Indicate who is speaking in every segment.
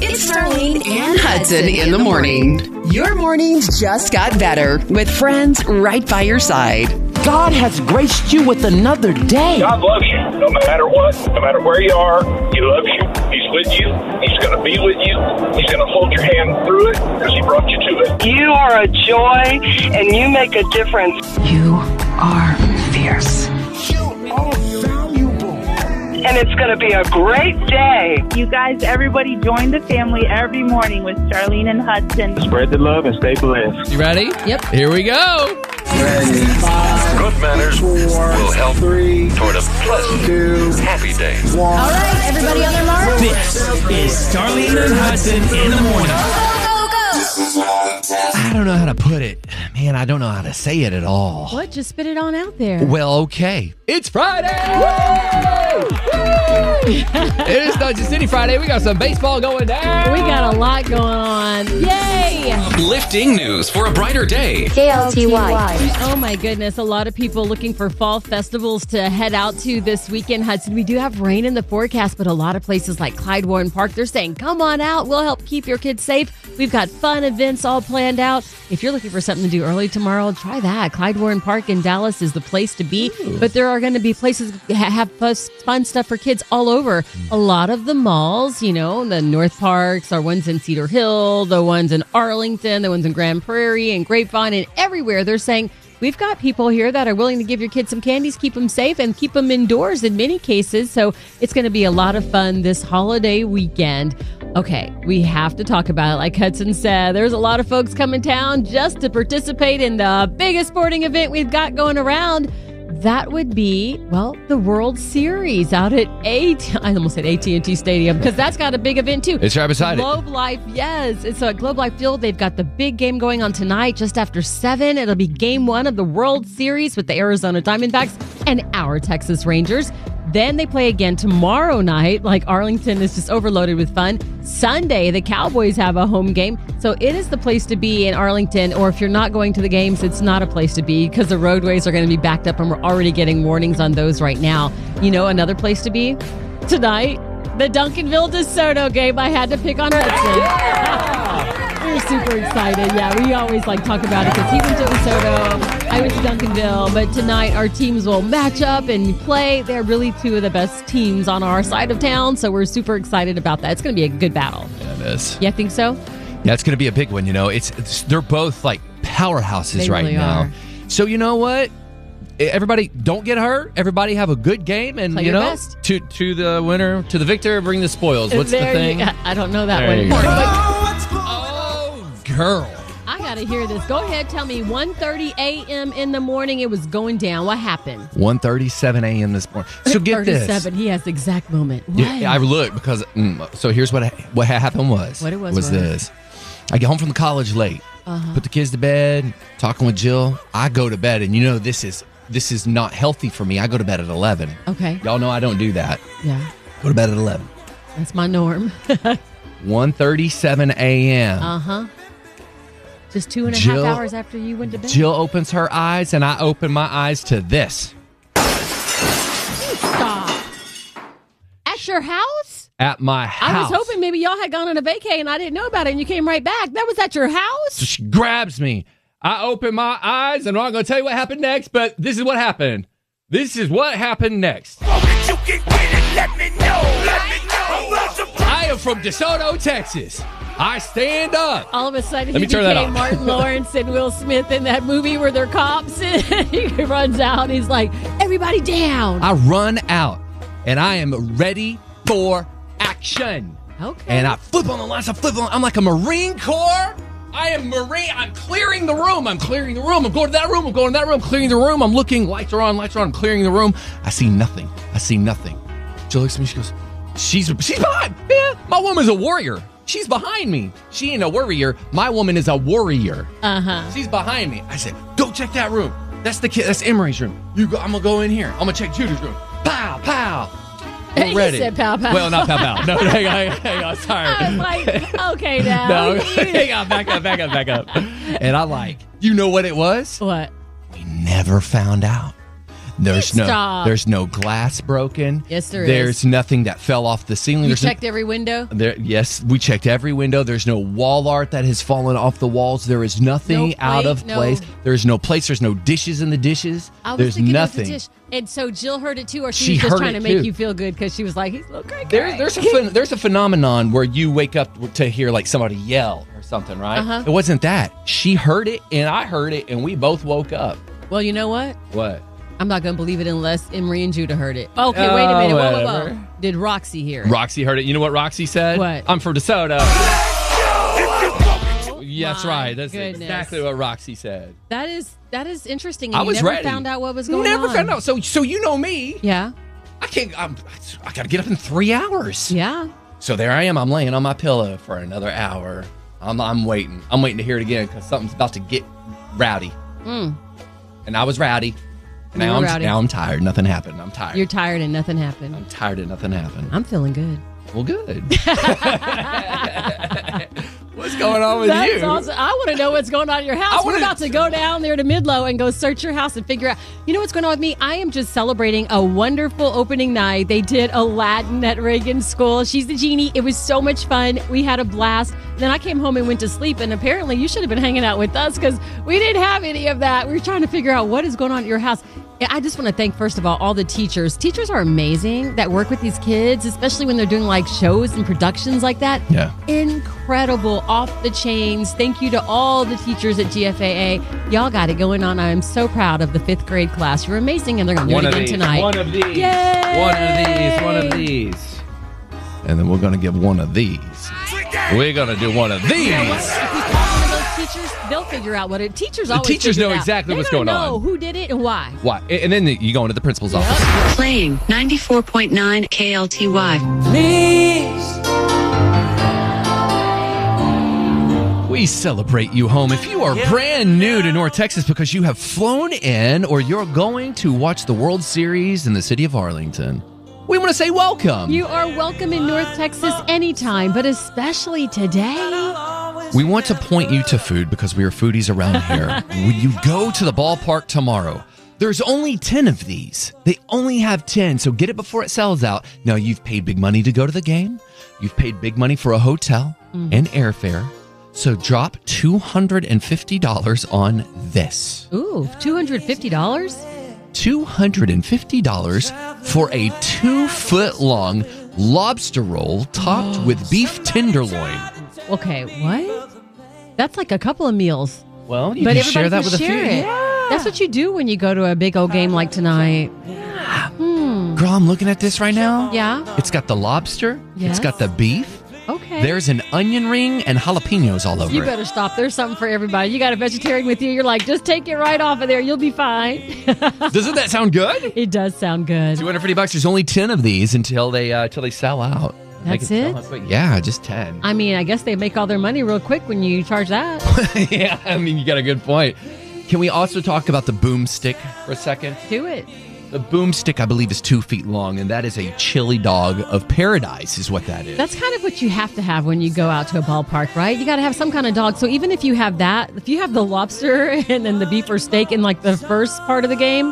Speaker 1: It's Darlene and Hudson in the morning. Your mornings just got better with friends right by your side.
Speaker 2: God has graced you with another day.
Speaker 3: God loves you no matter what, no matter where you are. He loves you. He's with you. He's going to be with you. He's going to hold your hand through it because He brought you to it.
Speaker 4: You are a joy and you make a difference.
Speaker 5: You are fierce.
Speaker 4: And it's going to be a great day.
Speaker 6: You guys, everybody join the family every morning with Charlene and Hudson.
Speaker 3: Spread the love and stay blessed.
Speaker 7: You ready? Yep. Here we go.
Speaker 8: Good manners will help toward a pleasant, happy day.
Speaker 9: All right, everybody on their mark.
Speaker 2: This is Starlene and Hudson in the morning. I don't know how to put it. Man, I don't know how to say it at all.
Speaker 9: What? Just spit it on out there.
Speaker 2: Well, okay.
Speaker 7: It's Friday. Woo! it is Dungeon City Friday. We got some baseball going down.
Speaker 9: We got a lot going on. Yay!
Speaker 8: Uplifting news for a brighter day.
Speaker 10: KLTY.
Speaker 9: Oh my goodness, a lot of people looking for fall festivals to head out to this weekend, Hudson. We do have rain in the forecast, but a lot of places like Clyde Warren Park, they're saying, come on out. We'll help keep your kids safe. We've got fun events all planned out. If you're looking for something to do early tomorrow, try that. Clyde Warren Park in Dallas is the place to be, but there are going to be places that ha- have fus- fun stuff for kids all over. A lot of the malls, you know, the North Parks, our ones in Cedar Hill, the ones in Arlington, the ones in Grand Prairie and Grapevine, and everywhere they're saying, We've got people here that are willing to give your kids some candies, keep them safe, and keep them indoors in many cases. So it's going to be a lot of fun this holiday weekend. Okay, we have to talk about it. Like Hudson said, there's a lot of folks coming town just to participate in the biggest sporting event we've got going around. That would be, well, the World Series out at AT. I almost said AT&T Stadium because that's got a big event too.
Speaker 7: It's right beside it.
Speaker 9: Globe Life, yes. And so at Globe Life Field, they've got the big game going on tonight, just after seven. It'll be Game One of the World Series with the Arizona Diamondbacks and our Texas Rangers. Then they play again tomorrow night. Like Arlington is just overloaded with fun. Sunday, the Cowboys have a home game. So it is the place to be in Arlington. Or if you're not going to the games, it's not a place to be because the roadways are going to be backed up and we're already getting warnings on those right now. You know, another place to be tonight, the Duncanville DeSoto game. I had to pick on Hudson. We're super excited. Yeah, we always like talk about it because he went to DeSoto, I went to Duncanville, but tonight our teams will match up and play. They're really two of the best teams on our side of town, so we're super excited about that. It's going to be a good battle.
Speaker 7: It is.
Speaker 9: Yeah, I think so.
Speaker 7: Yeah, it's going to be a big one. You know, it's, it's they're both like powerhouses
Speaker 9: They
Speaker 7: right
Speaker 9: really
Speaker 7: now.
Speaker 9: are.
Speaker 7: So you know what? E, Everybody, don't get hurt. Everybody have a good game, and
Speaker 9: Play
Speaker 7: you
Speaker 9: your
Speaker 7: know,
Speaker 9: best.
Speaker 7: to to the winner, to the victor, bring the spoils. What's
Speaker 9: There
Speaker 7: the thing?
Speaker 9: you- I don't know that
Speaker 7: There
Speaker 9: one.
Speaker 7: you go.
Speaker 9: But
Speaker 7: Oh, girl.
Speaker 9: I gotta hear this. Go ahead, tell me. 1.30 a.m. in the morning, it was going down. What happened?
Speaker 7: 1.37 a.m. this morning. So get this.
Speaker 9: 37. He has the exact moment. What?
Speaker 7: Yeah, I looked because. Mm, so here's what what happened was.
Speaker 9: What Uh-huh. it was was?
Speaker 7: this. I get home from the college late. Put the kids to bed. Talking with Jill. I go to bed, and you know this is this is not healthy for me. I go to bed at eleven.
Speaker 9: okay.
Speaker 7: Y'all know I don't do that.
Speaker 9: Yeah.
Speaker 7: Go to bed at eleven.
Speaker 9: That's my norm.
Speaker 7: 1.37 a.m.
Speaker 9: Uh huh. Just two and a half
Speaker 7: Jill-
Speaker 9: hours after you went to bed.
Speaker 7: Jill opens her eyes, and I open my eyes to this
Speaker 9: Stop. At your house?
Speaker 7: at my house.
Speaker 9: I was hoping maybe y'all had gone on a vacay and I didn't know about it, and you came right back. That was at your house.
Speaker 7: So she grabs me. I open my eyes, and I'm not going to tell you what happened next, but this is what happened. This is what happened next. I am from DeSoto, Texas. I stand up.
Speaker 9: All of a sudden,
Speaker 7: Let
Speaker 9: he
Speaker 7: me turn that
Speaker 9: became
Speaker 7: off.
Speaker 9: Martin Lawrence and Will Smith in that movie where they're cops. And he runs out. He's like, "Everybody down!"
Speaker 7: I run out, and I am ready for action.
Speaker 9: Okay.
Speaker 7: And I flip on the lines. I flip on. I'm like a Marine Corps. I am Marine. I'm clearing the room. I'm clearing the room. I'm going to that room. I'm going to that room. Clearing the room. I'm looking. Lights are on. Lights are on. I'm clearing the room. I see nothing. I see nothing. Jill looks at me. She goes, "She's she's behind. Yeah, my woman's a warrior. She's behind me. She ain't a warrior. My woman is a warrior.
Speaker 9: uh huh.
Speaker 7: She's behind me. I said, go check that room. That's the kid. That's Emery's room. You go. I'm gonna go in here. I'm gonna check Judy's room. Pow pow.
Speaker 9: He
Speaker 7: I'm ready.
Speaker 9: said pow, pow.
Speaker 7: Well, not pow pow. No, hang on, hang on. Sorry.
Speaker 9: I'm like, okay, now.
Speaker 7: no, hang on. Back up. Back up. Back up. And I like. You know what it was?
Speaker 9: What?
Speaker 7: We never found out. There's no
Speaker 9: Stop.
Speaker 7: there's no glass broken.
Speaker 9: Yes, there is.
Speaker 7: There's nothing that fell off the ceiling.
Speaker 9: You
Speaker 7: there's n-
Speaker 9: checked every window?
Speaker 7: there, yes, we checked every window. There's no wall art that has fallen off the walls. There is nothing
Speaker 9: No
Speaker 7: out
Speaker 9: plate,
Speaker 7: of
Speaker 9: no-
Speaker 7: place. There's no place. There's no dishes in the dishes.
Speaker 9: I was
Speaker 7: There's
Speaker 9: thinking it was a
Speaker 7: nothing.
Speaker 9: dish. And so Jill heard it too, or she,
Speaker 7: She
Speaker 9: was just
Speaker 7: heard
Speaker 9: trying to
Speaker 7: it
Speaker 9: make
Speaker 7: too.
Speaker 9: you feel good because she was like, he's looking great.
Speaker 7: There, there's a phen there's a phenomenon where you wake up to hear like somebody yell or something, right?
Speaker 9: Uh-huh.
Speaker 7: It wasn't that. She heard it and I heard it, and we both woke up.
Speaker 9: Well, you know what?
Speaker 7: What?
Speaker 9: I'm not going to believe it unless Emery and Judah heard it. Okay, wait a minute. Whoa, whoa, whoa.
Speaker 7: Oh, whatever.
Speaker 9: Did Roxy hear it?
Speaker 7: Roxy heard it. You know what Roxy said?
Speaker 9: What?
Speaker 7: I'm from DeSoto. Yeah, that's
Speaker 9: Oh my
Speaker 7: right. That's
Speaker 9: goodness.
Speaker 7: exactly what Roxy said.
Speaker 9: That is that is interesting.
Speaker 7: I
Speaker 9: and you
Speaker 7: was
Speaker 9: never
Speaker 7: ready.
Speaker 9: found out what was going on.
Speaker 7: Never found out. So, so you know me.
Speaker 9: Yeah,
Speaker 7: I can't. I'm, I got to get up in three hours.
Speaker 9: yeah.
Speaker 7: So there I am. I'm laying on my pillow for another hour. I'm, I'm waiting. I'm waiting to hear it again because something's about to get rowdy.
Speaker 9: Mm.
Speaker 7: And I was rowdy. And
Speaker 9: You
Speaker 7: now
Speaker 9: were
Speaker 7: I'm
Speaker 9: rowdy.
Speaker 7: now I'm tired. Nothing happened. I'm tired.
Speaker 9: You're tired and nothing happened.
Speaker 7: I'm tired and nothing happened.
Speaker 9: I'm feeling good.
Speaker 7: Well, good. What's going on with
Speaker 9: That's
Speaker 7: you?
Speaker 9: awesome. I want to know what's going on in your house.
Speaker 7: I
Speaker 9: We're
Speaker 7: wanna-
Speaker 9: about to go down there to Midlow and go search your house and figure out. You know what's going on with me? I am just celebrating a wonderful opening night. They did Aladdin at Reagan School. She's the genie. It was so much fun. We had a blast. Then I came home and went to sleep. And apparently, you should have been hanging out with us because we didn't have any of that. We were trying to figure out what is going on at your house. And I just want to thank, first of all, all the teachers. Teachers are amazing that work with these kids, especially when they're doing like shows and productions like that
Speaker 7: Yeah.
Speaker 9: incredible, off the chains. Thank you to all the teachers at GFAA. Y'all got it going on. I'm so proud of the fifth grade class. You're amazing, and they're going to do
Speaker 10: One
Speaker 9: it
Speaker 10: of
Speaker 9: again
Speaker 10: these.
Speaker 9: tonight.
Speaker 10: One of these.
Speaker 9: Yay!
Speaker 10: One of these. One of these.
Speaker 7: And then we're gonna give one of these. We're gonna do one of these.
Speaker 9: You know what? If we call one of those teachers, they'll figure out what it. Teachers always
Speaker 7: teachers
Speaker 9: figure it
Speaker 7: know
Speaker 9: out.
Speaker 7: exactly
Speaker 9: They're
Speaker 7: what's
Speaker 9: gonna
Speaker 7: going
Speaker 9: know
Speaker 7: on.
Speaker 9: Who did it and why?
Speaker 7: Why? And then you go into the principal's office.
Speaker 11: Playing 94.9 KLTY.
Speaker 7: We celebrate you home. If you are brand new to North Texas because you have flown in or you're going to watch the World Series in the city of Arlington, we want to say welcome.
Speaker 9: You are welcome in North Texas anytime, but especially today.
Speaker 7: we want to point you to food because we are foodies around here. when you go to the ballpark tomorrow, there's only 10 of these. They only have 10, so get it before it sells out. Now, you've paid big money to go to the game, you've paid big money for a hotel
Speaker 9: Mm-hmm.
Speaker 7: and airfare. So drop $250 on this.
Speaker 9: Ooh, two hundred fifty dollars.
Speaker 7: $250 for a two foot long lobster roll topped with beef tenderloin.
Speaker 9: Okay, what? That's like a couple of meals.
Speaker 7: Well, you
Speaker 9: but
Speaker 7: can
Speaker 9: everybody
Speaker 7: share that
Speaker 9: can
Speaker 7: with a few.
Speaker 9: share it. That's what you do when you go to a big old game like tonight.
Speaker 7: Girl, I'm looking at this right now.
Speaker 9: Yeah.
Speaker 7: It's got the lobster,
Speaker 9: Yes.
Speaker 7: it's got the beef,
Speaker 9: Okay.
Speaker 7: there's an onion ring, and jalapenos all over
Speaker 9: you
Speaker 7: it.
Speaker 9: better stop. There's something for everybody. You got a vegetarian with you. You're like, just take it right off of there. You'll be fine.
Speaker 7: Doesn't that sound good?
Speaker 9: it does sound good.
Speaker 7: 250 bucks. There's only 10 of these until they uh, until they sell out. They
Speaker 9: That's
Speaker 7: can sell
Speaker 9: it?
Speaker 7: out, but yeah, just 10.
Speaker 9: I mean, I guess they make all their money real quick when you charge that.
Speaker 7: yeah, I mean, you got a good point. Can we also talk about the boomstick for a second?
Speaker 9: do it.
Speaker 7: The boomstick, I believe, is two feet long, and that is a chili dog of paradise, is what that is.
Speaker 9: That's kind of what you have to have when you go out to a ballpark, right? You got to have some kind of dog. So even if you have that, if you have the lobster and then the beef or steak in like the first part of the game,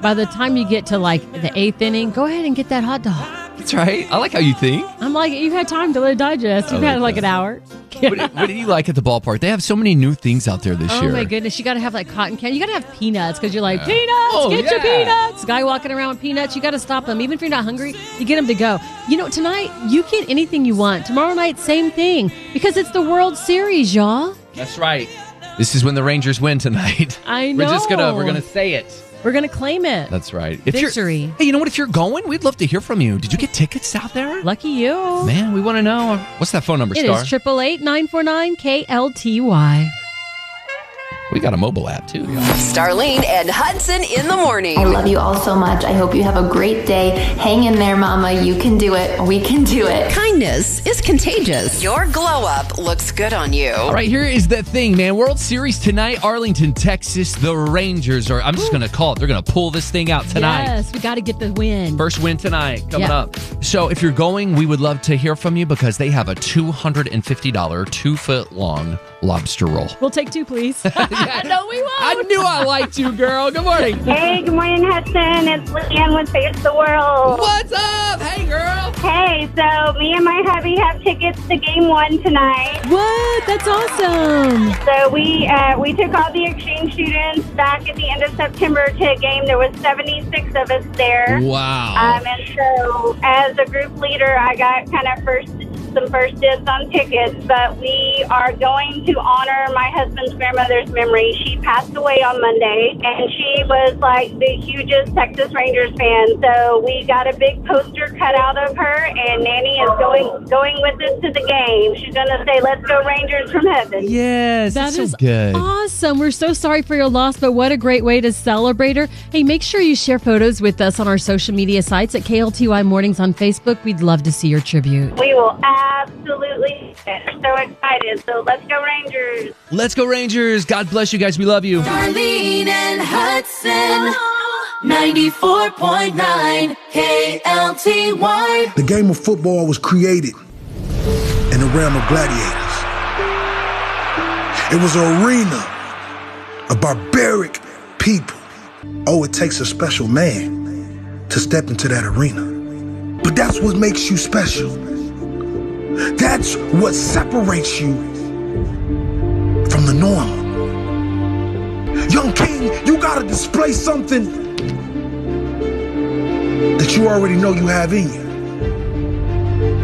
Speaker 9: by the time you get to like the eighth inning, go ahead and get that hot dog.
Speaker 7: That's right. I like how you think.
Speaker 9: I'm like, you've had time to let it digest. You've
Speaker 7: I like
Speaker 9: had like
Speaker 7: that.
Speaker 9: an hour.
Speaker 7: What, what do you like at the ballpark? They have so many new things out there this
Speaker 9: Oh
Speaker 7: year.
Speaker 9: my goodness, you got to have like cotton candy. You got to have peanuts because you're like, peanuts,
Speaker 7: Oh,
Speaker 9: get your
Speaker 7: yeah.
Speaker 9: peanuts. Guy walking around with peanuts, you got to stop him. Even if you're not hungry, you get him to go. You know, tonight, you get anything you want. Tomorrow night, same thing because it's the World Series, y'all.
Speaker 7: That's right. This is when the Rangers win tonight.
Speaker 9: I
Speaker 7: We're just gonna we're
Speaker 9: know.
Speaker 7: gonna say it.
Speaker 9: We're going to claim it.
Speaker 7: That's right. If
Speaker 9: Victory.
Speaker 7: You're, hey, you know what? If you're going, we'd love to hear from you. Did you get tickets out there?
Speaker 9: Lucky you.
Speaker 7: Man, we want to know. What's that phone number,
Speaker 9: It
Speaker 7: Star?
Speaker 9: is triple eight nine four nine KLTY.
Speaker 7: we got a mobile app too. y'all.
Speaker 1: Starlene and Hudson in the morning.
Speaker 12: love you all so much. I hope you have a great day. Hang in there, Mama. You can do it. We can do it.
Speaker 1: Kindness is contagious. Your glow up looks good on you.
Speaker 7: All right, here is the thing, man. World Series tonight, Arlington, Texas. The Rangers are. I'm just gonna call it. They're gonna pull this thing out tonight.
Speaker 9: Yes, we got to get the win.
Speaker 7: First win tonight coming
Speaker 9: Yeah.
Speaker 7: up. So if you're going, we would love to hear from you because they have a $250 two foot long lobster roll.
Speaker 9: We'll take two, please. no, we won't.
Speaker 7: I knew I liked you, girl. Good morning.
Speaker 13: Hey, good morning, Hudson. It's Leanne with Face the World.
Speaker 7: What's up? Hey, girl.
Speaker 13: Hey, so me and my hubby have tickets to Game One tonight.
Speaker 9: What? That's awesome.
Speaker 13: So we uh, we took all the exchange students back at the end of September to a game. There was 76 of us there.
Speaker 7: Wow.
Speaker 13: Um, and so as a group leader, I got kind of first some first dibs on tickets, but we are going to honor my husband's grandmother's memory. She passed away on Monday, and she was like the hugest Texas Rangers fan. So we got a big poster cut out of her, and Nanny is going going with us to the game. She's going to say, "Let's go Rangers from heaven."
Speaker 7: Yes,
Speaker 9: That
Speaker 7: that's so
Speaker 9: is
Speaker 7: good.
Speaker 9: awesome. We're so sorry for your loss, but what a great way to celebrate her. Hey, make sure you share photos with us on our social media sites at KLTY Mornings on Facebook. We'd love to see your tribute.
Speaker 13: We will absolutely. do it. So excited! So let's go Rangers.
Speaker 7: Let's go, Rangers. God bless you guys. We love you.
Speaker 14: Darlene and Hudson. 94.9 KLTY.
Speaker 15: The game of football was created in the realm of gladiators. It was an arena of barbaric people. Oh, it takes a special man to step into that arena. But that's what makes you special. That's what separates you from the norm. Young King, you gotta display something that you already know you have in you.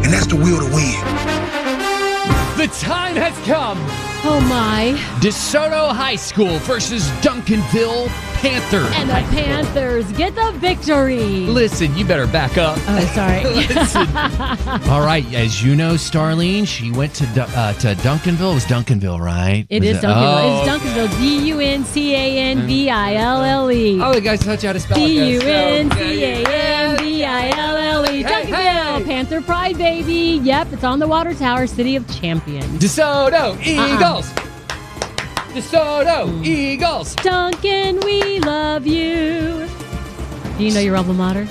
Speaker 15: And that's the will to win.
Speaker 7: The time has come.
Speaker 9: Oh, my.
Speaker 7: DeSoto High School versus Duncanville Panther.
Speaker 9: And the Panthers get the victory.
Speaker 7: Listen, you better back up.
Speaker 9: Oh, sorry.
Speaker 7: All right, as you know, Starlene, she went to Du- uh, to Duncanville. It was Duncanville, right?
Speaker 9: It
Speaker 7: Was
Speaker 9: is Duncanville.
Speaker 7: Oh,
Speaker 9: It's Duncanville. D U N C A N B I L L E.
Speaker 7: Oh, the guys taught you how to spell it.
Speaker 9: D U N C A N B I L L
Speaker 7: Hey,
Speaker 9: E. Duncanville. Panther Pride, baby. Yep, it's on the Water Tower, City of Champions.
Speaker 7: DeSoto
Speaker 9: Uh-uh.
Speaker 7: Eagles. DeSoto
Speaker 9: Mm.
Speaker 7: Eagles.
Speaker 9: Duncan, we love you. Do you know your alma mater?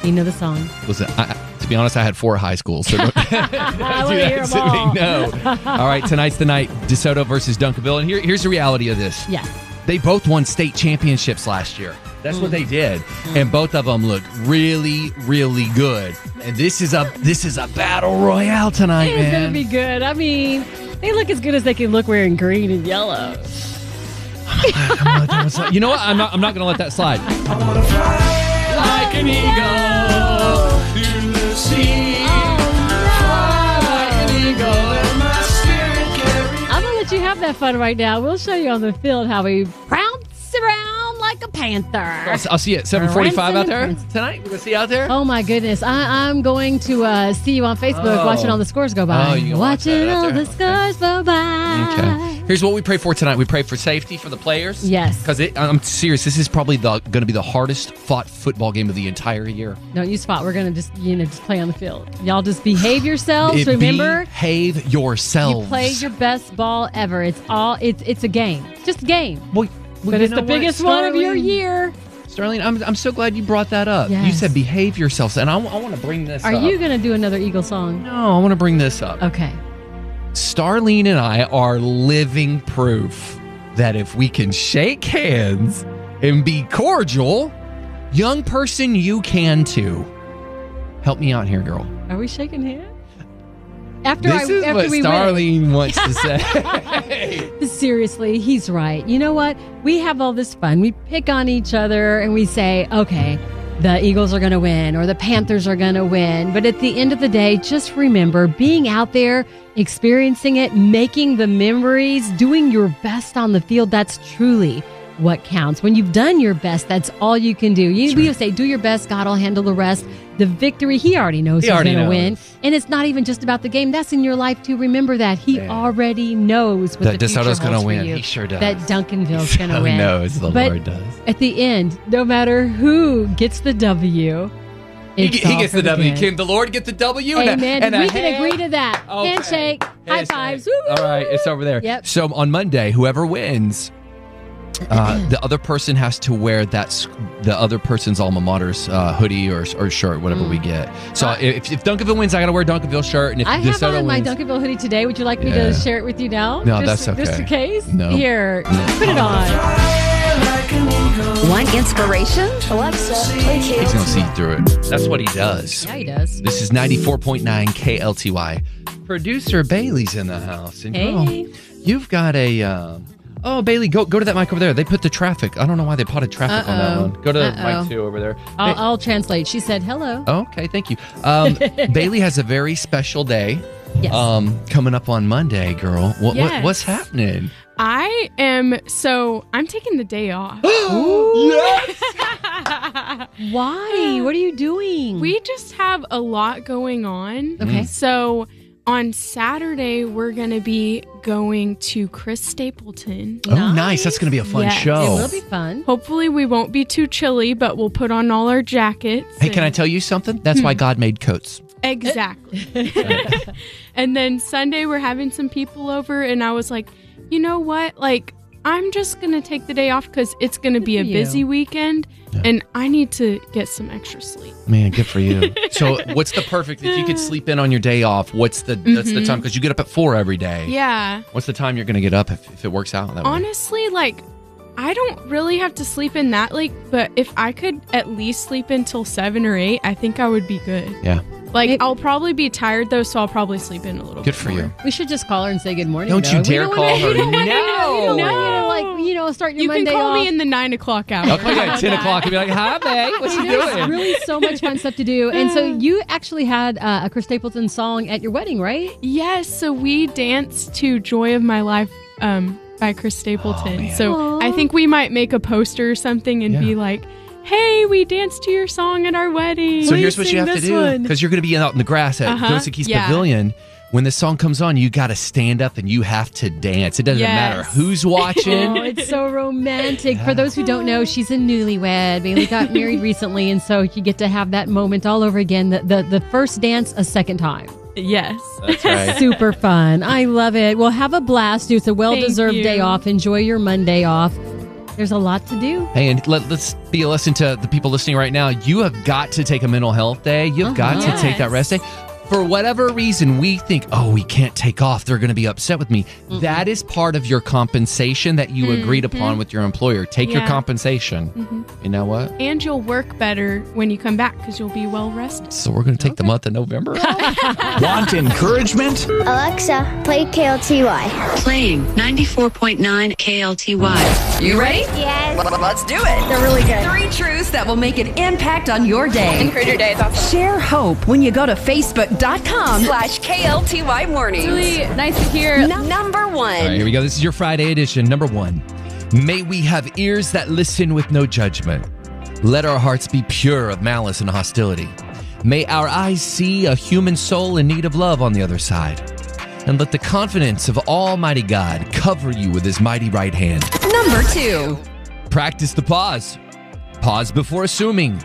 Speaker 9: Do you know the song?
Speaker 7: Listen, I, to be honest, I had four high schools, so don't
Speaker 9: I
Speaker 7: do
Speaker 9: want to
Speaker 7: that
Speaker 9: hear 'em
Speaker 7: to me.
Speaker 9: all.
Speaker 7: No. All right, tonight's the night. DeSoto versus Duncanville, and here, here's the reality of this.
Speaker 9: Yes.
Speaker 7: They both won state championships last year. That's
Speaker 9: Mm.
Speaker 7: what they did, and both of them look really, really good. And this is a this is a battle royale tonight,
Speaker 9: It's
Speaker 7: man.
Speaker 9: gonna be good. I mean, they look as good as they can look wearing green and yellow.
Speaker 7: you know what? I'm not. I'm not gonna let that slide.
Speaker 14: Like an eagle through the sea.
Speaker 9: Oh,
Speaker 14: Fly like an eagle and my spirit carries.
Speaker 9: I'm gonna let you have that fun right now. We'll show you on the field how we bounce around like a panther.
Speaker 7: I'll, I'll see you at 7:45 out there. tonight. We're gonna see you out there.
Speaker 9: Oh my goodness! I, I'm going to uh, see you on Facebook,
Speaker 7: Oh.
Speaker 9: watching all the scores go by.
Speaker 7: Oh, you can watch
Speaker 9: watching
Speaker 7: that out
Speaker 9: all
Speaker 7: there.
Speaker 9: the scores go by.
Speaker 7: Okay. Here's what we pray for tonight. We pray for safety for the players.
Speaker 9: Yes.
Speaker 7: Because I'm serious. This is probably the going to be the hardest fought football game of the entire year.
Speaker 9: Don't you spot. We're gonna just you know just play on the field. Y'all just behave yourselves.
Speaker 7: It-
Speaker 9: Oh, Remember,
Speaker 7: behave yourselves.
Speaker 9: you play your best ball ever. It's all it's it's a game, just a game. but
Speaker 7: you
Speaker 9: it's
Speaker 7: know
Speaker 9: the
Speaker 7: what,
Speaker 9: biggest one of your
Speaker 7: Starling?
Speaker 9: year.
Speaker 7: Starling, I'm, I'm so glad you brought that up. You
Speaker 9: Yes.
Speaker 7: said behave yourselves, and I, want to bring this.
Speaker 9: Are
Speaker 7: up.
Speaker 9: you gonna do another Eagle song?
Speaker 7: No, I want to bring this up.
Speaker 9: Okay.
Speaker 7: Starlene and I are living proof that if we can shake hands and be cordial, young person, you can too. Help me out here, girl.
Speaker 9: Are we shaking hands? After
Speaker 7: this
Speaker 9: I,
Speaker 7: is
Speaker 9: after
Speaker 7: what
Speaker 9: we
Speaker 7: Starlene wants to say.
Speaker 9: win. Seriously, he's right. You know what? We have all this fun. We pick on each other and we say, okay, the Eagles are going to win or the Panthers are going to win. But at the end of the day, just remember being out there, experiencing it, making the memories, doing your best on the field. That's truly what counts. When you've done your best, that's all you can do. You, we say, do your best. God will handle the rest. The victory, he already knows
Speaker 7: He
Speaker 9: he's
Speaker 7: already
Speaker 9: going to
Speaker 7: knows.
Speaker 9: win. And it's not even just about the game. That's in your life too. Remember that he already knows what
Speaker 7: That
Speaker 9: the future
Speaker 7: DeSoto's gonna
Speaker 9: holds for
Speaker 7: win.
Speaker 9: you.
Speaker 7: He sure does.
Speaker 9: That Duncanville's going to
Speaker 7: so
Speaker 9: win.
Speaker 7: knows, the
Speaker 9: but
Speaker 7: Lord does.
Speaker 9: At the end, no matter who gets the W,
Speaker 7: He,
Speaker 9: it's
Speaker 7: ge- he
Speaker 9: all
Speaker 7: gets
Speaker 9: for
Speaker 7: the
Speaker 9: the
Speaker 7: W.
Speaker 9: good.
Speaker 7: Can the Lord get the W? And a-
Speaker 9: Amen.
Speaker 7: and a
Speaker 9: we can
Speaker 7: hand?
Speaker 9: agree to that.
Speaker 7: Okay.
Speaker 9: Handshake, high
Speaker 7: Handshake.
Speaker 9: fives.
Speaker 7: All right, it's over there.
Speaker 9: Yep.
Speaker 7: So on Monday, whoever wins Uh, the other person has to wear that s- the other person's alma mater's uh, hoodie or, or shirt, whatever we get. So if, if Duncanville wins, I got to wear a Duncanville shirt, and if
Speaker 9: Mm. I have
Speaker 7: DeSoto
Speaker 9: on my
Speaker 7: wins,
Speaker 9: Duncanville hoodie today. Would you like me
Speaker 7: Yeah.
Speaker 9: to share it with you now?
Speaker 7: No,
Speaker 9: just,
Speaker 7: that's
Speaker 9: Just
Speaker 7: okay.
Speaker 9: in case?
Speaker 7: No.
Speaker 9: Here, put it on.
Speaker 16: Want inspiration? Alexa, play
Speaker 7: he's gonna see through it. That's what he does.
Speaker 9: Yeah, he does.
Speaker 7: This is ninety four point nine KLTY. Producer Bailey's in the house, and girl,
Speaker 9: Hey.
Speaker 7: you've got a. Um, oh, Bailey, go go to that mic over there. They put the traffic. I don't know why they potted traffic on that
Speaker 9: Uh-oh.
Speaker 7: one. Go to
Speaker 9: Uh-oh.
Speaker 7: mic two over there.
Speaker 9: I'll,
Speaker 7: Hey-
Speaker 9: I'll translate. She said, hello.
Speaker 7: Okay, thank you. Um, Bailey has a very special day
Speaker 17: Yes.
Speaker 7: um, coming up on Monday, girl. What, what
Speaker 17: Yes.
Speaker 7: what's happening?
Speaker 17: I am so I'm taking the day off.
Speaker 9: Why? What are you doing?
Speaker 17: We just have a lot going on.
Speaker 9: Okay.
Speaker 7: Mm-hmm.
Speaker 9: Mm.
Speaker 17: So on Saturday we're gonna be going to Chris Stapleton.
Speaker 7: Oh, nice. Oh. That's going to be a fun
Speaker 17: Yes.
Speaker 7: show.
Speaker 9: fun.
Speaker 17: Hopefully we won't be too chilly, but we'll put on all our jackets.
Speaker 7: Hey, can I tell you something? That's why God made coats.
Speaker 17: Exactly. and then Sunday, we're having some people over, and I was like, you know what? Like, I'm just going to take the day off because it's going to be a
Speaker 7: for you.
Speaker 17: busy weekend, and I need to get some extra sleep.
Speaker 7: Man, good for you. so, what's the perfect if you could sleep in on your day off? What's the that's the
Speaker 17: Mhm.
Speaker 7: time because you get up at four every day.
Speaker 17: Yeah.
Speaker 7: What's the time you're going to get up if, if it works out that way?
Speaker 17: Honestly, like, I don't really have to sleep in that late, but if I could at least sleep until seven or eight, I think I would be good.
Speaker 7: Yeah.
Speaker 17: Like, I'll probably be tired though, so I'll probably sleep in a little
Speaker 7: Good for you.
Speaker 9: We should just call her and say good morning.
Speaker 7: Don't you
Speaker 9: though. We
Speaker 7: dare
Speaker 9: don't
Speaker 7: call
Speaker 9: wanna-
Speaker 7: her.
Speaker 9: we don't wanna-
Speaker 7: No.
Speaker 9: we don't wanna, like, you know, start your
Speaker 17: You
Speaker 9: Monday
Speaker 17: can call
Speaker 9: off.
Speaker 17: me in the nine o'clock hour.
Speaker 7: I'll call you at ten o'clock and be like, "Hi, babe, what
Speaker 9: I
Speaker 7: you
Speaker 9: mean, there's
Speaker 7: doing?"
Speaker 9: really so much fun stuff to do. And so you actually had uh, a Chris Stapleton song at your wedding, right?
Speaker 17: Yes, so we danced to "Joy of My Life" um, by Chris
Speaker 7: Oh,
Speaker 17: Stapleton. so I think we might make a poster or something and be like, "Hey, we danced to your song at our wedding."
Speaker 7: So here's what you have to do because you're going to be out in the grass at
Speaker 17: Uh-huh,
Speaker 7: Gosaki's
Speaker 17: yeah.
Speaker 7: Pavilion. When this song comes on, you got to stand up and you have to dance. It doesn't matter
Speaker 9: Yes.
Speaker 7: who's
Speaker 9: Oh,
Speaker 7: watching.
Speaker 9: it's so romantic. For those who don't know, she's a newlywed. Bailey got married recently, and so you get to have that moment all over again. The the, the first dance a second time.
Speaker 17: Yes.
Speaker 7: That's right.
Speaker 9: Super fun. I love it. Well, have a blast. It's a well deserved
Speaker 17: you.
Speaker 9: day off. Enjoy your Monday off. There's a lot to do.
Speaker 7: Hey, and let, let's be a lesson to the people listening right now. You have got to take a mental health day. You've got
Speaker 9: Uh-huh.
Speaker 7: to take that rest day. For whatever reason, we think, oh, we can't take off. They're going to be upset with me. That is part of your compensation that you agreed upon
Speaker 17: Mhm.
Speaker 7: with your employer. Take your
Speaker 17: Yeah.
Speaker 7: compensation.
Speaker 17: Mhm.
Speaker 7: You know what?
Speaker 17: And you'll work better when you come back because you'll be well rested.
Speaker 7: So we're going to take the month of November. off. Want encouragement?
Speaker 11: Alexa, play KLTY. Playing 94.9 KLTY.
Speaker 1: You ready? Yes. let's do it. They're really good. Three truths that will make an impact on your day.
Speaker 18: And create your day. It's awesome.
Speaker 1: Share hope when you go to facebook.com slash KLTY mornings.
Speaker 18: Julie,
Speaker 9: nice to hear.
Speaker 1: number
Speaker 7: All right,
Speaker 1: one.
Speaker 7: here we go. This is your Friday edition. Number one. May we have ears that listen with no judgment. Let our hearts be pure of malice and hostility. May our eyes see a human soul in need of love on the other side. And let the confidence of Almighty God cover you with his mighty right hand.
Speaker 1: Number two.
Speaker 7: Practice the pause. Pause before assuming.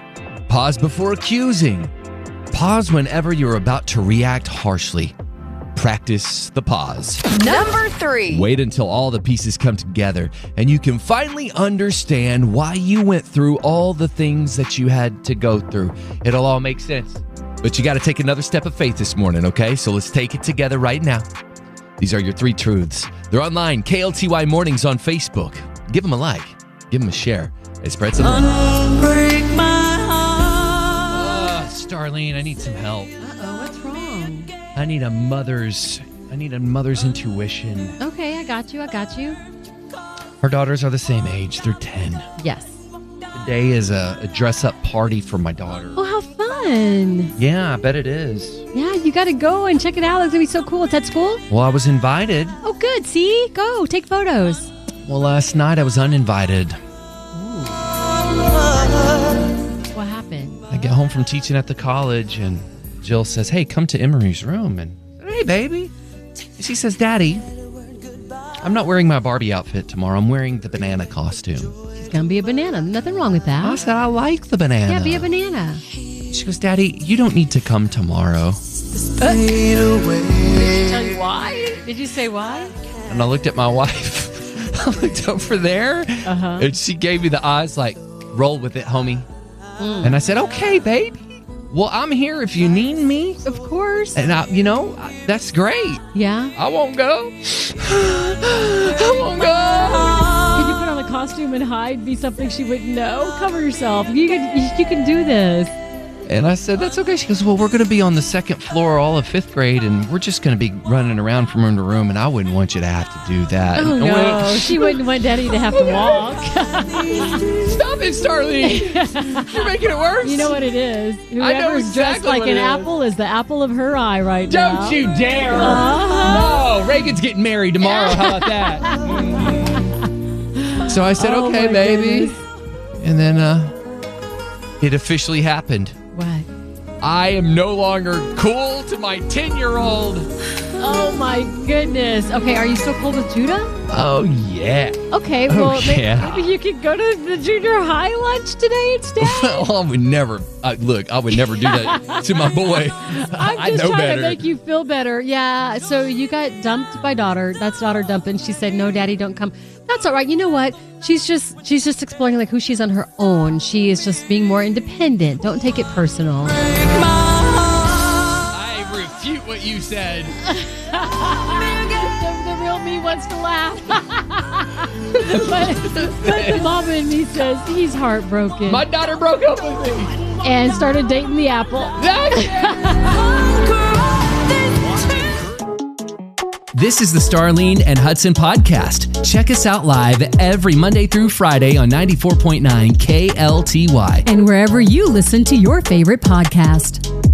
Speaker 7: Pause before accusing. Pause whenever you're about to react harshly. Practice the pause.
Speaker 1: Number three.
Speaker 7: Wait until all the pieces come together and you can finally understand why you went through all the things that you had to go through. It'll all make sense. But you got to take another step of faith this morning, okay? So let's take it together right now. These are your three truths. They're online, KLTY Mornings on Facebook. Give them a like, give them a share. It spreads the word.
Speaker 14: Break my heart.
Speaker 7: Uh, Starlene, I need some help.
Speaker 9: Oh, what's wrong?
Speaker 7: I need a mother's. I need a mother's intuition.
Speaker 9: Okay, I got you. I got you.
Speaker 7: Her daughters are the same age. They're ten.
Speaker 9: Yes.
Speaker 7: Today is a, a dress up party for my daughter.
Speaker 9: Oh, how fun.
Speaker 7: Yeah, I bet it is.
Speaker 9: Yeah, you got to go and check it out. It's going to be so cool. It's at school.
Speaker 7: Well, I was invited.
Speaker 9: Oh, good. See? Go. Take photos.
Speaker 7: Well, last night I was uninvited.
Speaker 9: What happened?
Speaker 7: I get home from teaching at the college, and Jill says, Hey, come to Emery's room. And Hey, baby. She says, Daddy, I'm not wearing my Barbie outfit tomorrow. I'm wearing the banana costume.
Speaker 9: It's going to be a banana. Nothing wrong with that.
Speaker 7: I said, I like the banana.
Speaker 9: Yeah, be a banana.
Speaker 7: She goes, Daddy, you don't need to come tomorrow.
Speaker 9: Did you tell you why? Did you say why?
Speaker 7: And I looked at my wife. I looked over there,
Speaker 9: Uh-huh.
Speaker 7: and she gave me the eyes like, "Roll with it, homie."
Speaker 9: Mm.
Speaker 7: And I said, "Okay, baby. Well, I'm here if you need me."
Speaker 9: Of course.
Speaker 7: And I, you know, I- that's great.
Speaker 9: Yeah.
Speaker 7: I won't go. I won't
Speaker 9: Can you put on a costume and hide? Be something she wouldn't know. Cover yourself. You can. You, you can do this.
Speaker 7: And I said, "That's okay." She goes, "Well, we're going to be on the second floor all of fifth grade, and we're just going to be running around from room to room, and I wouldn't want you to have to do that."
Speaker 9: Oh
Speaker 7: And I went,
Speaker 9: no, she wouldn't want Daddy to have to walk.
Speaker 7: Stop it, Starlene. You're making it worse.
Speaker 9: You know what it is. Whoever's
Speaker 7: I know
Speaker 9: dressed
Speaker 7: exactly
Speaker 9: like
Speaker 7: what
Speaker 9: an
Speaker 7: it is.
Speaker 9: apple is the apple of her eye right
Speaker 7: Don't
Speaker 9: now.
Speaker 7: you dare!
Speaker 9: Uh-huh.
Speaker 7: No, Reagan's getting married tomorrow. How about that? so I said,
Speaker 9: Oh,
Speaker 7: "Okay,
Speaker 9: my
Speaker 7: baby,"
Speaker 9: goodness.
Speaker 7: and then uh, it officially happened.
Speaker 9: What?
Speaker 7: I am no longer cool to my ten-year-old.
Speaker 9: Oh my goodness. Okay, are you still cool with Judah?
Speaker 7: Oh yeah.
Speaker 9: Okay,
Speaker 7: Oh,
Speaker 9: well may-
Speaker 7: yeah.
Speaker 9: maybe you could go to the junior high lunch today instead.
Speaker 7: Well, I would never I, look. I would never do that to my boy. I
Speaker 9: I'm just
Speaker 7: know
Speaker 9: trying
Speaker 7: better.
Speaker 9: to make you feel better. Yeah. So you got dumped by daughter. That's daughter dumping. She said, "No, daddy, don't come." That's all right. You know what? She's just she's just exploring like who she's on her own. She is just being more independent. Don't take it personal.
Speaker 7: I refute what you said.
Speaker 9: the, the real me wants to laugh. but, but the mama in me says he's heartbroken
Speaker 7: My daughter broke up with me.
Speaker 9: and started dating the apple.
Speaker 18: This is the Starlene and Hudson podcast. Check us out live every Monday through Friday on 94.9 KLTY.
Speaker 9: and wherever you listen to your favorite podcast.